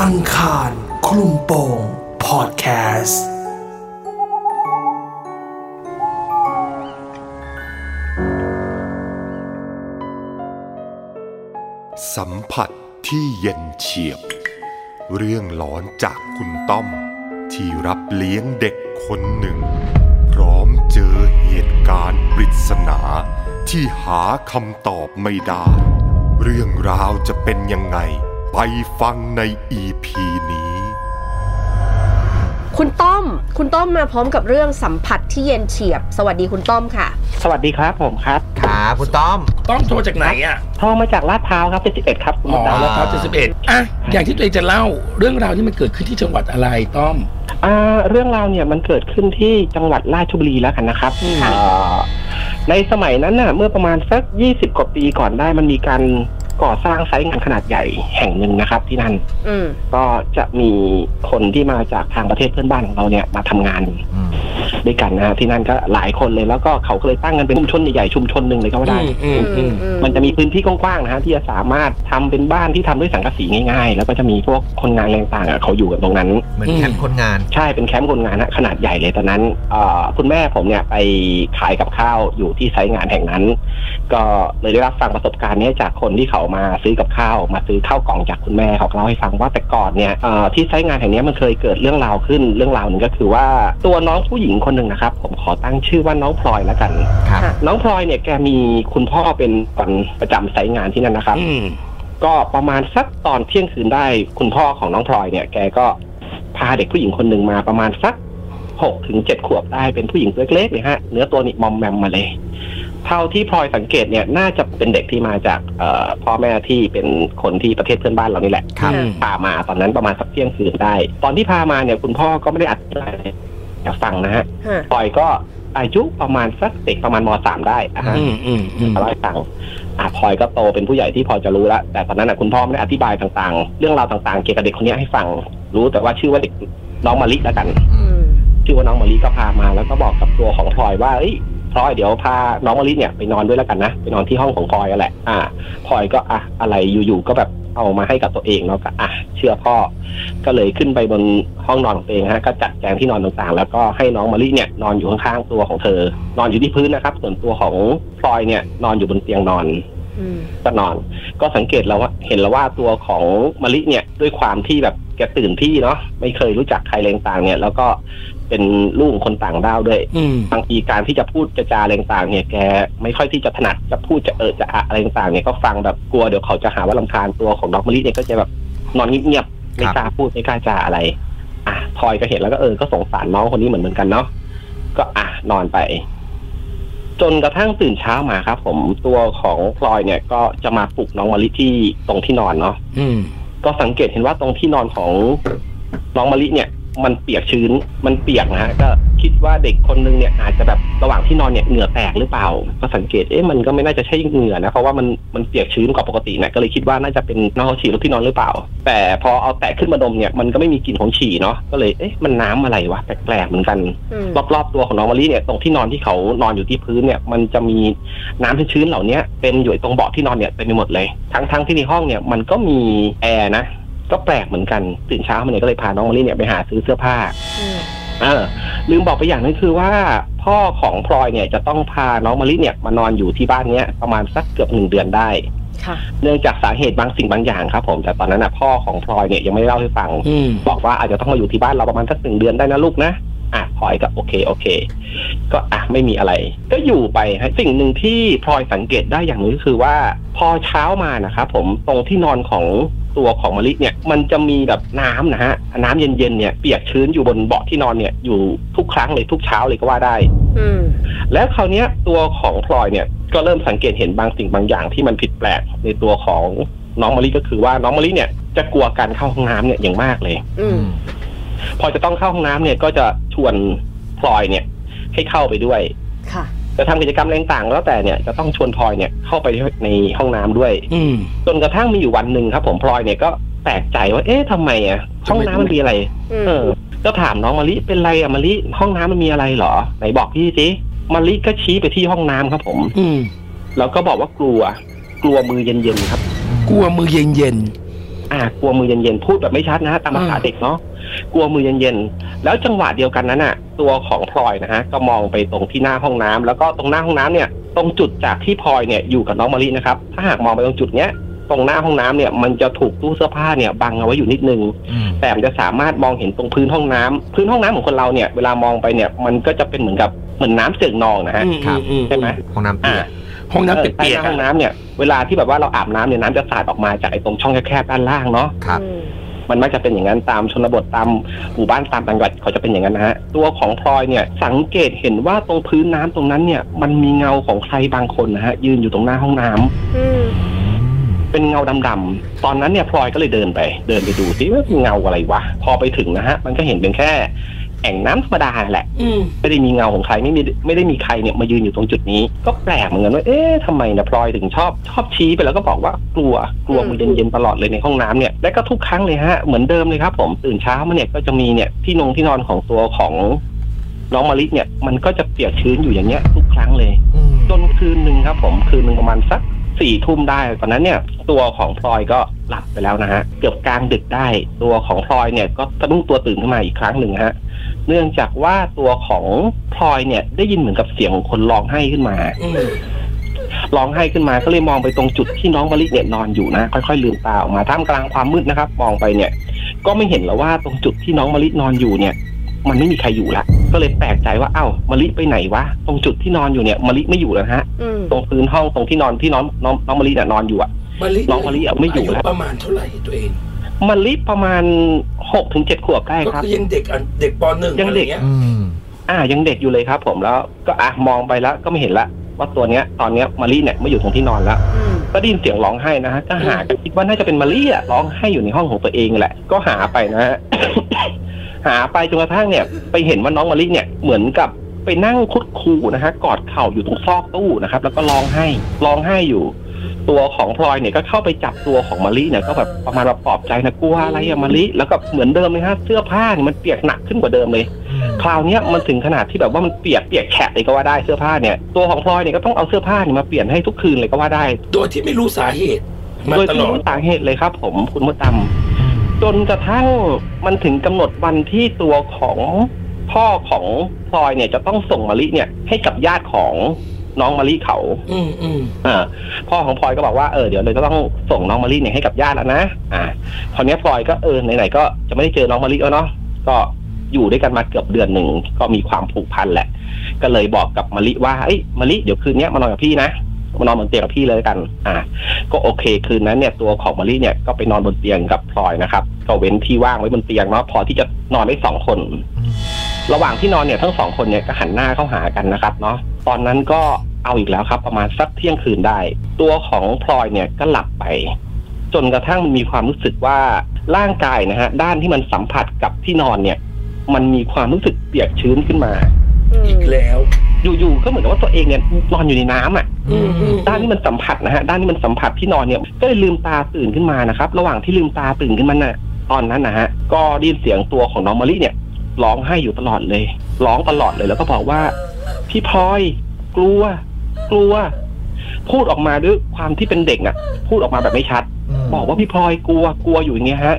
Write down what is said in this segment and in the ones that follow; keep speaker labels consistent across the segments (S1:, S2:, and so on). S1: อังคารคลุมโปงพอดแคสต์
S2: สัมผัสที่เย็นเฉียบ เรื่องหลอนจากคุณต้อม ที่รับเลี้ยงเด็กคนหนึ่ง พร้อมเจอเหตุการณ์ปริศนาที่หาคำตอบไม่ได้ เรื่องราวจะเป็นยังไง ไปฟังในอีพีนี้
S3: คุณต้อม คุณต้อมมาพร้อมกับเรื่องสัมผัสที่เย็นเฉียบ สวัสดีคุณต้อมค่ะ
S4: สวัสดีครับผมครับ
S5: ครับคุณต้อม
S6: ต้องโทรจากไหนอ่ะ
S4: โทรมาจากลาดพร้าวครับ71ครับคุณม
S6: อ๋อ
S4: ดดำ
S6: แล้วครับ71อ่ะ อย่างที่ตัวเองจะเล่าเรื่องราวที่มันเกิดขึ้นที่จังหวัดอะไรต้อม
S4: อ่าเรื่องราวเนี่ยมันเกิดขึ้นที่จังหวัดราชบุรีแล้วกันนะครับ
S3: ค่ะ
S4: อ่าในสมัยนั้นน่ะ เมื่อประมาณสัก 20 กว่าปีก่อนได้มันมีการก่อสร้างไซต์งานขนาดใหญ่แห่งหนึ่งนะครับ ที่นั่น
S3: อืม
S4: ก็จะมีคนที่มาจากทางประเทศเพื่อนบ้านของเราเนี่ยมาทำงาน
S5: อืม
S4: ด้วยกันนะฮะที่นั่นก็หลายคนเลยแล้วก็เขาก็เลยตั้งกันเป็นชุมชนใหญ่ๆชุมชนหนึ่งเลยก็ว่าได้
S3: อืมอืม
S4: มันจะมีพื้นที่กว้างๆนะฮะที่จะสามารถทำเป็นบ้านที่ทำด้วยสังกะสีง่ายๆ แล้วก็จะมีพวกคนงานแรงต่างๆอ่ะเขาอยู่กันตรงนั้น
S5: เหมือน
S6: อืม
S5: แคมป์คนงาน
S4: ใช่เป็นแคมป์คนงานฮะขนาดใหญ่เลยตอนนั้นเอ่อคุณแม่ผมเนี่ยไปขายกับข้าวอยู่ที่ไซต์งานแห่งนั้น ก็เลยได้รับฟังประสบการณ์เนี้ยจากคนที่เขามาซื้อกับข้าวมาซื้อข้าวกล่องจากคุณแม่เขาเล่าให้ฟังว่าแต่ก่อนเนี่ยเอ่อที่ไซต์งานแห่งเนี้ยมันเคยเกิดเรื่องราวขึ้นเรื่องราวหนึ่งก็คือว่าตัวน้องผู้หญิงคนหนึ่งนะครับ ผมขอตั้งชื่อว่าน้องพลอยแล้วกัน
S5: ครับ
S4: น้องพลอยเนี่ยแกมีคุณพ่อเป็นก่อนประจำไซต์งานที่นั่นนะครับ
S6: อืม
S4: ก็ประมาณสักตอนเที่ยงคืนได้คุณพ่อของน้องพลอยเนี่ย แกก็พาเด็กผู้หญิงคนหนึ่งมาประมาณสักหกถึงเจ็ดขวบได้เป็นผู้หญิงตัวเล็กๆเลยฮะเนื้อตัวนี่มอมแมมมาเลย เท่าที่พลอยสังเกตเนี่ยน่าจะเป็นเด็กที่มาจากเอ่อพ่อแม่ที่เป็นคนที่ประเทศเพื่อนบ้านเรานี่แหละ
S5: ครับ
S6: อืม
S4: พามาตอนนั้นประมาณสักเที่ยงคืนได้ ตอนที่พามาเนี่ยคุณพ่อก็ไม่ได้อัดอะไรอยากฟังนะฮะ
S3: ฮะ
S4: ปอยก็อายุประมาณสักเด็กประมาณมสามได้อะฮะ
S6: อืมอืมอืม
S4: เล่าให้ฟังอ่ะพลอยก็โตเป็นผู้ใหญ่ที่พอจะรู้แล้ว แต่ตอนนั้นนะคุณพ่อไม่ได้อธิบายต่างๆ เรื่องราวต่างๆ เกี่ยวกับเด็กคนนี้ให้ฟัง รู้แต่ว่าชื่อว่าเด็กน้องมะลิแล้วกัน
S3: อืม
S4: ชื่อว่าน้องมะลิก็พามาแล้วก็บอกกับตัวของพลอยว่าเอ้ยพลอยเดี๋ยวพาน้องมะลิเนี่ยไปนอนด้วยแล้วกันนะไปนอนที่ห้องของพลอยนั่นแหละอ่าพลอยก็อ่ะอะไรอยู่ๆก็แบบเอามาให้กับตัวเองเนาะก็อ่ะเชื่อพ่อ ก็เลยขึ้นไปบนห้องนอนของตัวเองฮะก็จัดแจงที่นอนต่างๆ แล้วก็ให้น้องมะลิเนี่ยนอนอยู่ข้างๆตัวของเธอ นอนอยู่ที่พื้นนะครับ ส่วนตัวของพลอยเนี่ยนอนอยู่บนเตียงนอน
S3: อืม
S4: ก็นอนก็สังเกตแล้วว่าเห็นแล้วว่าตัวของมะลิเนี่ยด้วยความที่แบบแกตื่นที่เนาะไม่เคยรู้จักใครแรงต่างเนี่ย แล้วก็เป็นลูกของคนต่างด้าวด้วย
S6: อืม
S4: บางทีการที่จะพูดจะจาแรงต่างเนี่ยแกไม่ค่อยที่จะถนัดจะพูดจะเออจะอะอะไรต่างเนี่ยก็ฟังแบบกลัวเดี๋ยวเขาจะหาว่าลำคาญตัวของน้องมะลิเนี่ยก็จะแบบนอนเงียบๆไม่กล้าพูดไม่กล้าจาอะไร อ่ะพลอยก็เห็นแล้วก็เออก็สงสารน้องคนนี้เหมือนเหมือนกันเนาะก็อ่ะนอนไป จนกระทั่งตื่นเช้ามาครับ ผมตัวของพลอยเนี่ยก็จะมาปลุกน้องมะลิที่ตรงที่นอนเนาะ
S6: อืม
S4: ก็สังเกตเห็นว่าตรงที่นอนของน้องมะลิเนี่ย มันเปียกชื้นมันเปียกนะฮะก็คิดว่าเด็กคนนึงเนี่ยอาจจะแบบระหว่างที่นอนเนี่ยเหงื่อแตกหรือเปล่า ก็สังเกตเอ๊ะมันก็ไม่น่าจะใช่เหงื่อนะเพราะว่ามันมันเปียกชื้นกว่าปกตินะก็เลยคิดว่าน่าจะเป็นน้องเขาฉี่รถที่นอนหรือเปล่า แต่พอเอาแตะขึ้นมาดมเนี่ยมันก็ไม่มีกลิ่นของฉี่เนาะก็เลยเอ๊ะมันน้ำอะไรวะแปลกๆเหมือนกัน
S3: อืม
S4: รอบๆตัวของน้องมะลิเนี่ยตรงที่นอนที่เขานอนอยู่ที่พื้นเนี่ยมันจะมีน้ำชื้นๆเหล่าเนี้ยเป็นอยู่ตรงเบาะที่นอนเนี่ยเต็มไปหมดเลยทั้งๆที่ในห้องเนี่ยมันก็มีแอร์นะก็แปลกเหมือนกันตื่นเช้ามาเนี่ยก็เลยพาน้องมะลิเนี่ยไปหาซื้อเสื้อผ้า
S3: อืม
S4: เออลืมบอกไปอย่างนึงคือว่า พ่อของพลอยเนี่ยจะต้องพาน้องมะลิเนี่ยมานอนอยู่ที่บ้านเนี้ยประมาณสักเกือบหนึ่งเดือนได้
S3: ค่ะ
S4: เนื่องจากสาเหตุบางสิ่งบางอย่างครับ ผมแต่ตอนนั้นนะพ่อของพลอยเนี่ยยังไม่ได้เล่าให้ฟัง
S6: อืม
S4: บอกว่าอาจจะต้องมาอยู่ที่บ้านเราประมาณสักหนึ่งเดือนได้นะลูกนะ อ่ะพลอยก็โอเคโอเค ก็อ่ะไม่มีอะไร ก็อยู่ไปฮะสิ่งหนึ่งที่พลอยสังเกตได้อย่างหนึงก็คือว่าพอเช้ามานะครับผมตรงที่นอนของตัวของมะลิเนี่ยมันจะมีแบบน้ำนะฮะน้ำเย็นๆเนี่ยเปียกชื้นอยู่บนเบาะที่นอนเนี่ยอยู่ทุกครั้งเลยทุกเช้าเลยก็ว่าได้
S3: อืม
S4: แล้วคราวเนี้ยตัวของพลอยเนี่ยก็เริ่มสังเกตเห็นบางสิ่งบางอย่างที่มันผิดแปลกในตัวของน้องมะลิก็คือว่าน้องมะลิเนี่ยจะกลัวการเข้าห้องน้ำเนี่ยอย่างมากเลย
S3: อืม
S4: พอจะต้องเข้าห้องน้ำเนี่ยก็จะชวนพลอยเนี่ยให้เข้าไปด้วย
S3: ค่ะ
S4: จะทำกิจกรรมอะไรต่างๆแล้วแต่เนี่ยจะต้องชวนพลอยเนี่ยเข้าไปในห้องน้ำด้วย
S6: อืม
S4: จนกระทั่งมีอยู่วันหนึ่งครับ ผมพลอยเนี่ยก็แปลกใจว่าเอ๊ะทำไมอ่ะห้องน้ำมันมีอะไร
S3: อืม
S4: เออ ก็ถามน้องมะลิเป็นไรอ่ะมะลิห้องน้ำมันมีอะไรเหรอไหนบอกพี่สิมะลิก็ชี้ไปที่ห้องน้ำครับผม
S6: อืม
S4: แล้วก็บอกว่ากลัว กลัวมือเย็นๆครับ
S6: กลัวมือเย็นเย็น
S4: อ่ากลัวมือเย็นๆพูดแบบไม่ชัดนะฮะตามภาษา
S6: อ่า
S4: เด็กเนาะกลัวมือเย็นๆแล้วจังหวะเดียวกันนั้นอ่ะ ตัวของพลอยนะฮะก็มองไปตรงที่หน้าห้องน้ำแล้วก็ตรงหน้าห้องน้ำเนี่ย ตรงจุดจากที่พลอยเนี่ยอยู่กับน้องมะลินะครับ ถ้าหากมองไปตรงจุดเนี้ยตรงหน้าห้องน้ำเนี่ยมันจะถูกตู้เสื้อผ้าเนี่ยบังเอาไว้อยู่นิดนึง
S5: อืม
S4: แต่มันจะสามารถมองเห็นตรงพื้นห้องน้ำพื้นห้องน้ำของคนเราเนี่ยเวลามองไปเนี่ยมันก็จะเป็นเหมือนกับเหมือนน้ำเสื่องนองนะฮะใช่ไหม
S5: ห้องน้ำเปี
S4: อ่า
S5: ยก
S6: ห้องน้ำเปียก
S4: ใต้
S6: ๆ
S4: ห้อง
S6: อะ
S4: น้ำเนี่ยเวลาที่แบบว่าเราอาบน้ำเนี่ยน้ำจะสาดออกมาจากไอ้ตรงช่องแคบๆด้านล่างเนาะ
S5: ครับ
S3: อืม
S4: มันมักจะเป็นอย่างนั้นตามชนบทตามหมู่บ้านตามต่างจังหวัดเขาจะเป็นอย่างนั้นนะฮะตัวของพลอยเนี่ยสังเกตเห็นว่าตรงพื้นน้ำตรงนั้นเนี่ยมันมีเงาของใครบางคนนะฮะยืนอยู่ตรงหน้าห้องน้ำ
S3: อืม
S4: เป็นเงาดำๆตอนนั้นเนี่ยพลอยก็เลยเดินไป เดินไปดูซิว่าเงาอะไรวะพอไปถึงนะฮะมันก็เห็นเป็นแค่แอ่งน้ำธรรมดาแหละ
S6: อืม
S4: ไม่ได้มีเงาของใครไม่มีไม่ได้มีใครเนี่ยมายืนอยู่ตรงจุดนี้ ก็แปลกเหมือนกันว่าเอ๊ะทำไมนะพลอยถึงชอบชอบชี้ไปแล้วก็บอกว่ากลัวกลัวมือเย็นๆตลอดเลยในห้องน้ำเนี่ยและก็ทุกครั้งเลยฮะเหมือนเดิมเลยครับผมตื่นเช้ามาเนี่ยก็จะมีเนี่ยที่นงที่นอนของตัวของน้องมะลิเนี่ยมันก็จะเปียกชื้นอยู่อย่างเงี้ยทุกครั้งเลย จนคืนหนึ่งครับผมคืนหนึ่งประมาณสักสี่ทุ่มได้ตอนนั้นเนี่ย ตัวของพลอยก็หลับไปแล้วนะฮะเกือบกลางดึกได้ ตัวของพลอยเนี่ยก็สะดุ้งตัวตื่นขึ้นมาอีกครั้งหนึ่งฮะเนื่องจากว่าตัวของพลอยเนี่ยได้ยินเหมือนกับเสียงของคนร้องไห้ขึ้นมา
S6: อืม
S4: ร้องไห้ขึ้นมาก็เลยมองไปตรงจุดที่น้องมะลิเนี่ยนอนอยู่นะ ค่อยๆลืมตาออกมาท่ามกลางความมืดนะครับ มองไปเนี่ย ก็ไม่เห็นแล้วว่าตรงจุดที่น้องมะลินอนอยู่เนี่ย มันไม่มีใครอยู่ละก็เลยแปลกใจว่าเอ้ามะลิไปไหนวะตรงจุดที่นอนอยู่เนี่ยมะลิไม่อยู่แล้วฮะ
S3: อืม
S4: ตรงพื้นห้องตรงที่นอนที่น้องน้องน้องมะลิเนี่ยนอนอยู่อะ
S6: มะลิ
S4: น้องมะลิอะไม่อยู่แล้ว
S6: าประมาณเท่าไหร่ตัวเอง
S4: มะลิประมาณหกถึงเจ็ดขวบได้
S6: ก็
S4: ครับ
S6: คือยังเด็กอ่ะเด็กปหนึ่ง
S4: ยังเด็ก
S6: อะไรอา
S5: อืม
S4: อ่ายังเด็กอยู่เลยครับ ผมแล้วก็อ่ะมองไปแล้วก็ไม่เห็นละว่าตัวเนี้ยตอนเนี้ยมะลิเนี่ยไม่อยู่ตรงที่นอนแล้ว
S3: อืม
S4: ก็ได้ยินเสียงร้องไห้นะฮะก็หาก็คิดว่าน่าจะเป็นมะลิอะร้องไห้อยู่ในห้องของตัวเองแหละ ก็หาไปนะฮ ะ หาไปจนกระทั่งเนี่ย ไปเห็นว่าน้องมะลิเนี่ยเหมือนกับไปนั่งคุดคูนะฮะกอดเข่าอยู่ตรงซอกตู้นะครับ แล้วก็ร้องไห้ร้องไห้อยู่ ตัวของพลอยเนี่ยก็เข้าไปจับตัวของมะลิเนี่ยก็แบบประมาณแบบปลอบใจนะกลัวอะไรอะมะลิแล้วก็เหมือนเดิมเลยฮะเสื้อผ้าเนี่ยมันเปียกหนักขึ้นกว่าเดิมเลย คราวเนี้ยมันถึงขนาดที่แบบว่ามันเปียกเปียกแฉะเลยก็ว่าได้เสื้อผ้าเนี่ยตัวของพลอยเนี่ยก็ต้องเอาเสื้อผ้าเนี่ยมาเปลี่ยนให้ทุกคืนเลยก็ว่าได้
S6: โดยที่ไม่รู้สาเหตุมา
S4: โดย
S6: ต
S4: ที่
S6: ล
S4: ไม่
S6: อด
S4: รู้สาเหตุเลยครับผมคุณมดดำจนกระทั่งมันถึงกำหนดวันที่ตัวของพ่อของพลอยเนี่ยจะต้องส่งมะลิเนี่ยให้กับญาติของน้องมะลิเขา
S6: อืมอืม
S4: อ่าพ่อของพลอยก็บอกว่าเออเดี๋ยวเลยจะต้องส่งน้องมะลิเนี่ยให้กับญาติแล้วนะอ่าคราวเนี้ยพลอยก็เออไหนๆก็จะไม่ได้เจอน้องมะลิแล้วเนาะก็อยู่ด้วยกันมาเกือบเดือนหนึ่งก็มีความผูกพันแหละ ก็เลยบอกกับมะลิว่าเอ้ยมะลิเดี๋ยวคืนเนี้ยมานอนกับพี่นะ มานอนบนเตียงกับพี่เลยละกัน อ่า ก็โอเคคืนนั้นเนี่ยตัวของมะลิเนี่ยก็ไปนอนบนเตียงกับพลอยนะครับ ก็เว้นที่ว่างไว้บนเตียงเนาะพอที่จะนอนได้สองคน ระหว่างที่นอนเนี่ยทั้งสองคนเนี่ยก็หันหน้าเข้าหากันนะครับเนาะ ตอนนั้นก็เอาอีกแล้วครับ ประมาณสักเที่ยงคืนได้ ตัวของพลอยเนี่ยก็หลับไป จนกระทั่งมันมีความรู้สึกว่าร่างกายนะฮะด้านที่มันสัมผัสกับที่นอนเนี่ย มันมีความรู้สึกเปียกชื้นขึ้นมา
S3: ม
S6: อีกแล้ว
S4: อยู่ๆก็เหมือนกับว่าตัวเองเนี่ยนอนอยู่ในน้ำอ่ะ
S6: อืมอืม
S4: ด้านที่มันสัมผัสนะฮะด้านที่มันสัมผัสที่นอนเนี่ยก็เลยลืมตาตื่นขึ้นมานะครับ ระหว่างที่ลืมตาตื่นขึ้นมาน่ะตอนนั้นนะฮะก็ได้ยินเสียงตัวของน้องมะลิเนี่ยร้องไห้อยู่ตลอดเลย ร้องตลอดเลยแล้วก็บอกว่า พี่พลอย กลัว กลัว พูดออกมาด้วยความที่เป็นเด็กน่ะ พูดออกมาแบบไม่ชัด บอกว่าพี่พลอยกลัวกลัวอยู่อย่างเงี้ยฮะ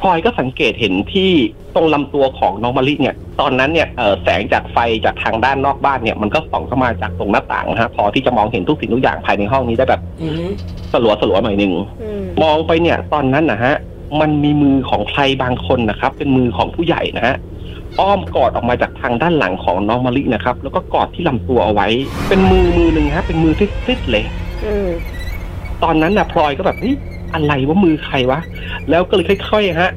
S4: พลอยก็สังเกตเห็นที่ตรงลำตัวของน้องมะลิเนี่ย ตอนนั้นเนี่ยเอ่อแสงจากไฟจากทางด้านนอกบ้านเนี่ย มันก็ส่องเข้ามาจากตรงหน้าต่างนะฮะพอที่จะมองเห็นทุกสิ่งทุกอย่างภายในห้องนี้ได้แบบ
S6: อืม
S4: สลัวสลัวๆหน่อยหนึ่ง
S3: อืม
S4: มองไปเนี่ย ตอนนั้นนะฮะมันมีมือของใครบางคนนะครับ เป็นมือของผู้ใหญ่นะฮะอ้อมกอดออกมาจากทางด้านหลังของน้องมะลินะครับ แล้วก็กอดที่ลำตัวเอาไว้ เป็นมือมือหนึ่งฮะเป็นมือซิดๆเลย
S3: อืม
S4: ตอนนั้นนะพลอยก็แบบนี่อะไรว่ามือใครวะ แล้วก็เลยค่อยๆฮะ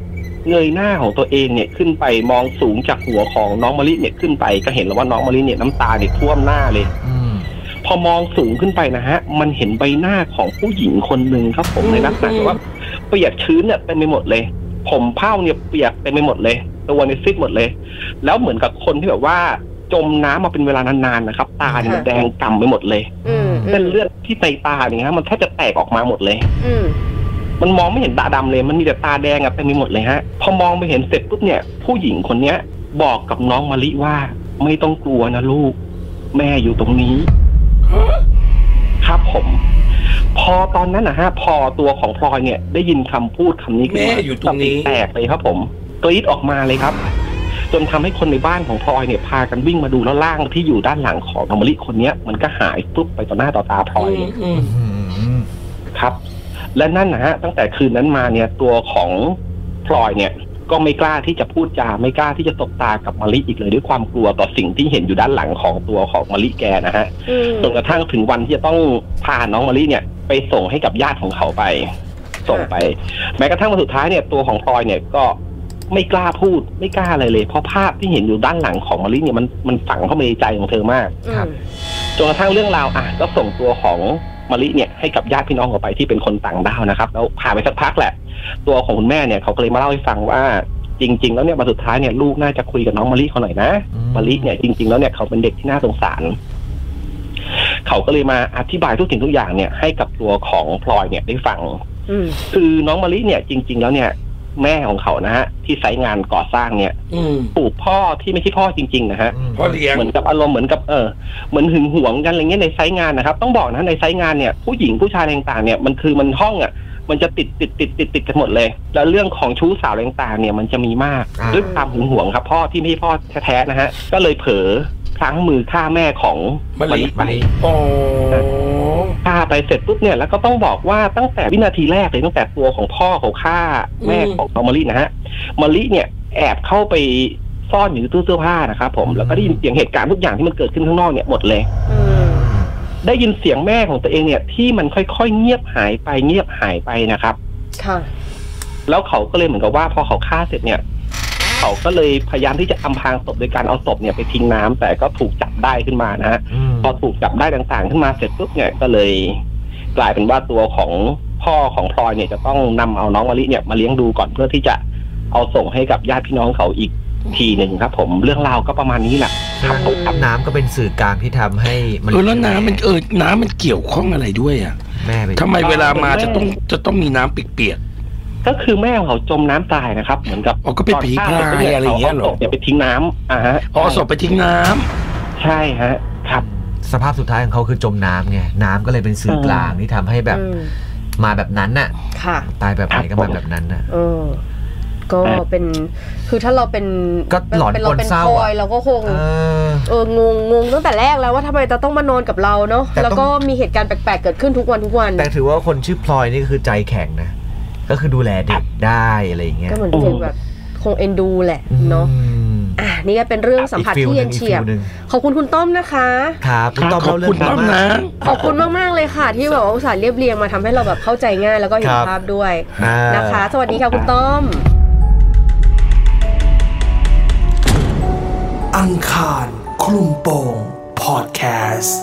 S4: เงยหน้าของตัวเองเนี่ยขึ้นไปมองสูงจากหัวของน้องมะลิเนี่ยขึ้นไปก็เห็นแล้วว่าน้องมะลิเนี่ยน้ำตาเนี่ยท่วมหน้าเลย พอมองสูงขึ้นไปนะฮะ มันเห็นใบหน้าของผู้หญิงคนหนึ่งครับผมในลักษณะที่ว่าเปียกชื้นเนี่ยเต็มไปหมดเลย ผมเผ้าเนี่ยเปียกเต็มไปหมดเลยตัวเนี่ยซีดหมดเลย แล้วเหมือนกับคนที่แบบว่า จมน้ำมาเป็นเวลานานๆนะครับ ตาเนี่ยแดงกำไปหมดเลย
S3: อืม
S4: เส้นเลือดที่ในตาเนี่ยฮะมันแทบจะแตกออกมาหมดเลย
S3: อืม
S4: มันมองไม่เห็นตาดำเลย มันมีแต่ตาแดงอะเต็มไปหมดเลยฮะ พอมองไปเห็นเสร็จปุ๊บเนี่ย ผู้หญิงคนเนี้ย บอกกับน้องมะลิว่า ไม่ต้องกลัวนะลูก แม่อยู่ตรงนี้
S6: ฮะ
S4: ครับผม พอตอนนั้นนะฮะ พอตัวของพลอยเนี่ย ได้ยินคำพูดคำนี้ขึ้น
S6: แม่อยู่ตรงนี้
S4: สติแตกเลยครับผมกรีดออกมาเลยครับ จนทำให้คนในบ้านของพลอยเนี่ยพากันวิ่งมาดูแล้วร่างที่อยู่ด้านหลังของนอมลิคนเนี้ยมันก็หายปุ๊บไปต่อหน้าต่อตาพลอยเลย
S6: อืม
S4: ครับและนั่นนะฮะตั้งแต่คืนนั้นมาเนี่ยตัวของพลอยเนี่ยก็ไม่กล้าที่จะพูดจาไม่กล้าที่จะตบตากับมาริอีกเลยด้วยความกลัวต่อสิ่งที่เห็นอยู่ด้านหลังของตัวของมาริแกนะฮะ
S3: อืม
S4: จนกระทั่งถึงวันที่จะต้องพาน้องมาริเนี่ยไปส่งให้กับญาติของเขาไป ส่งไป แม้กระทั่งวันสุดท้ายเนี่ยตัวของพลอยเนี่ยก็ไม่กล้าพูดไม่กล้าอะไรเลยเพราะภาพที่เห็นอยู่ด้านหลังของมาริเนี่ยมันมันฝังเข้ามาในใจของเธอมาก
S3: อืม
S4: จนกระทั่งเรื่องราวอ่ะก็ส่งตัวของมะลิเนี่ยให้กับญาติพี่น้องออกไปที่เป็นคนต่างด้าวนะครับ แล้วผ่านไปสักพักแหละ ตัวของคุณแม่เนี่ยเขาก็เลยมาเล่าให้ฟังว่า จริง ๆ แล้วเนี่ยมาสุดท้ายเนี่ยลูกน่าจะคุยกับน้องมะลิเขาหน่อยนะมะลิเนี่ยจริง ๆแล้วเนี่ยเขาเป็นเด็กที่น่าสงสาร เขาก็เลยมาอธิบายทุกสิ่งทุกอย่างเนี่ยให้กับตัวของพลอยเนี่ยได้ฟัง
S3: อืม
S4: คือน้องมะลิเนี่ยจริง ๆ แล้วเนี่ย แม่ของเขานะฮะที่ไซต์งานก่อสร้างเนี่ย
S6: อืม
S4: ถูกพ่อที่ไม่ใช่พ่อจริง ๆ นะฮะ
S6: พ่อเลี้ยง
S4: เหมือนกับอารมณ์เหมือนกับเออเหมือนหึงหวงกันอะไรเงี้ยในไซต์งานนะครับ ต้องบอกนะในไซต์งานเนี่ยผู้หญิงผู้ชายอะไรต่างๆเนี่ยมันคือมันห้องอ่ะมันจะติดติดติดติดติดกันหมดเลย แล้วเรื่องของชู้สาวอะไรต่างๆเนี่ยมันจะมีมาก
S5: อ่า
S4: ด้วยความหึงหวงครับ พ่อที่ไม่ใช่พ่อแท้ๆนะฮะก็เลยเผลอพลั้งมือฆ่าแม่ของ
S6: มะลิ
S4: ไป
S6: อ๋อ
S4: ฆ่าไปเสร็จปุ๊บเนี่ยแล้วก็ต้องบอกว่าตั้งแต่วินาทีแรกเลยตั้งแต่ตัวของพ่อเขาฆ่าแม่ของน้องมารีนะฮะมารีเนี่ยแอบเข้าไปซ่อนอยู่ในตู้เสื้อผ้านะครับผมแล้วก็ได้ยินเสียงเหตุการณ์ทุกอย่างที่มันเกิดขึ้นข้างนอกเนี่ยหมดเลย
S3: อืม
S4: ได้ยินเสียงแม่ของตัวเองเนี่ยที่มันค่อยๆเงียบหายไปเงียบหายไปนะครับ
S3: ค่ะ
S4: แล้วเขาก็เลยเหมือนกับว่าพอเขาฆ่าเสร็จเนี่ย เขาก็เลยพยายามที่จะอำพรางศพโดยการเอาศพเนี่ยไปทิ้งน้ำแต่ก็ถูกจับได้ขึ้นมานะฮะพอถูกจับได้ต่างๆ ขึ้นมาเสร็จปุ๊บเนี่ยก็เลย กลายเป็นว่าตัวของพ่อของพลอยเนี่ยจะต้องนำเอาน้องมะลิเนี่ยมาเลี้ยงดูก่อนเพื่อที่จะเอาส่งให้กับญาติพี่น้องเขาอีกทีหนึ่งครับ ผมเรื่องราวก็ประมาณนี้แหละครับผมครับ
S5: น้ำก็เป็นสื่อกลางที่ทำให้มัน
S6: เออแล้วน้ำมันเออน้ำมันเกี่ยวข้องอะไรด้วยอ่ะ
S5: แม่เป็น
S6: ทำไมเวลามาจะต้องจะต้องมีน้ำเปียก
S4: ก็คือแม่ของเขาจมน้ำตายนะครับ เหมือนกับ
S6: อ๋อก็เป็นผีพราย
S4: ตนฆ่ศพนี่
S6: อะไรอย่างเงี้ยเหรอ
S4: ศพเนี่ยไปทิ้งน้ำอ่าฮะ
S6: ๆอ๋อเอาศพไปทิ้งน้ำ
S4: ใช่ฮะ ครับ
S5: สภาพสุดท้ายของเขาคือจมน้ำไงน้ำก็เลยเป็นสื่อกลางที่ทำให้แบบ
S3: อืม
S5: มาแบบนั้นน่ะ
S3: ค่ะ
S5: ตายแบบไหน
S4: ครับผม
S5: ก็าม แบบนั้นน่ะ
S3: เออ ก็
S4: เออ
S3: เป็น คือถ้าเราเป็น
S5: ก็หลอน
S3: เป็เรา
S5: คน
S3: เป็น
S5: เศร้า
S3: พล
S5: อะ
S3: อยเราก็คง
S5: เออ
S3: เอองงงงตั้งแต่แรกแล้วว่าทำไมจะต้องมานอนกับเราเนาะ
S5: แต่ต้อง
S3: แล้วก็มีเหตุการณ์แปลกๆเกิดขึ้นทุกวันทุกวัน
S5: แต่ถือว่าคนชื่อพลอยนี่ก็คือใจแข็งนะ ก็คือดูแลเด็กได้อะไรอย่างเงี้ย
S3: ก็เหมือนฟีลแบบคงเอ็นดูแหละเนาะ
S5: อืม
S3: อ่ะนี่ก็เป็นเรื่องสัมผัส
S5: อีก
S3: ที่
S5: ฟิลห
S3: เย็
S5: ง
S3: น
S5: อีก
S3: เฉียบ
S5: ฟิลหนึ่ง
S3: ขอบคุณคุณต้อมนะคะ
S5: ครับคุณต้อม
S6: ขอบ
S5: เล่าเรื่
S6: คุณ
S5: อง
S6: ต้อม
S5: มา
S6: นะ
S5: ก
S3: ขอบคุณมาก ๆ เลยค่ะ ที่แบบว่าอุตส่าห์เรียบเรียงมาทำให้เราแบบเข้าใจง่ายแล้วก็เห็น
S5: ครับ
S3: ภาพด้วย
S5: อ่า
S3: นะคะ สวัสดีค่ะคุณต้อม
S1: อังคารคลุมโปงพอดแคสต์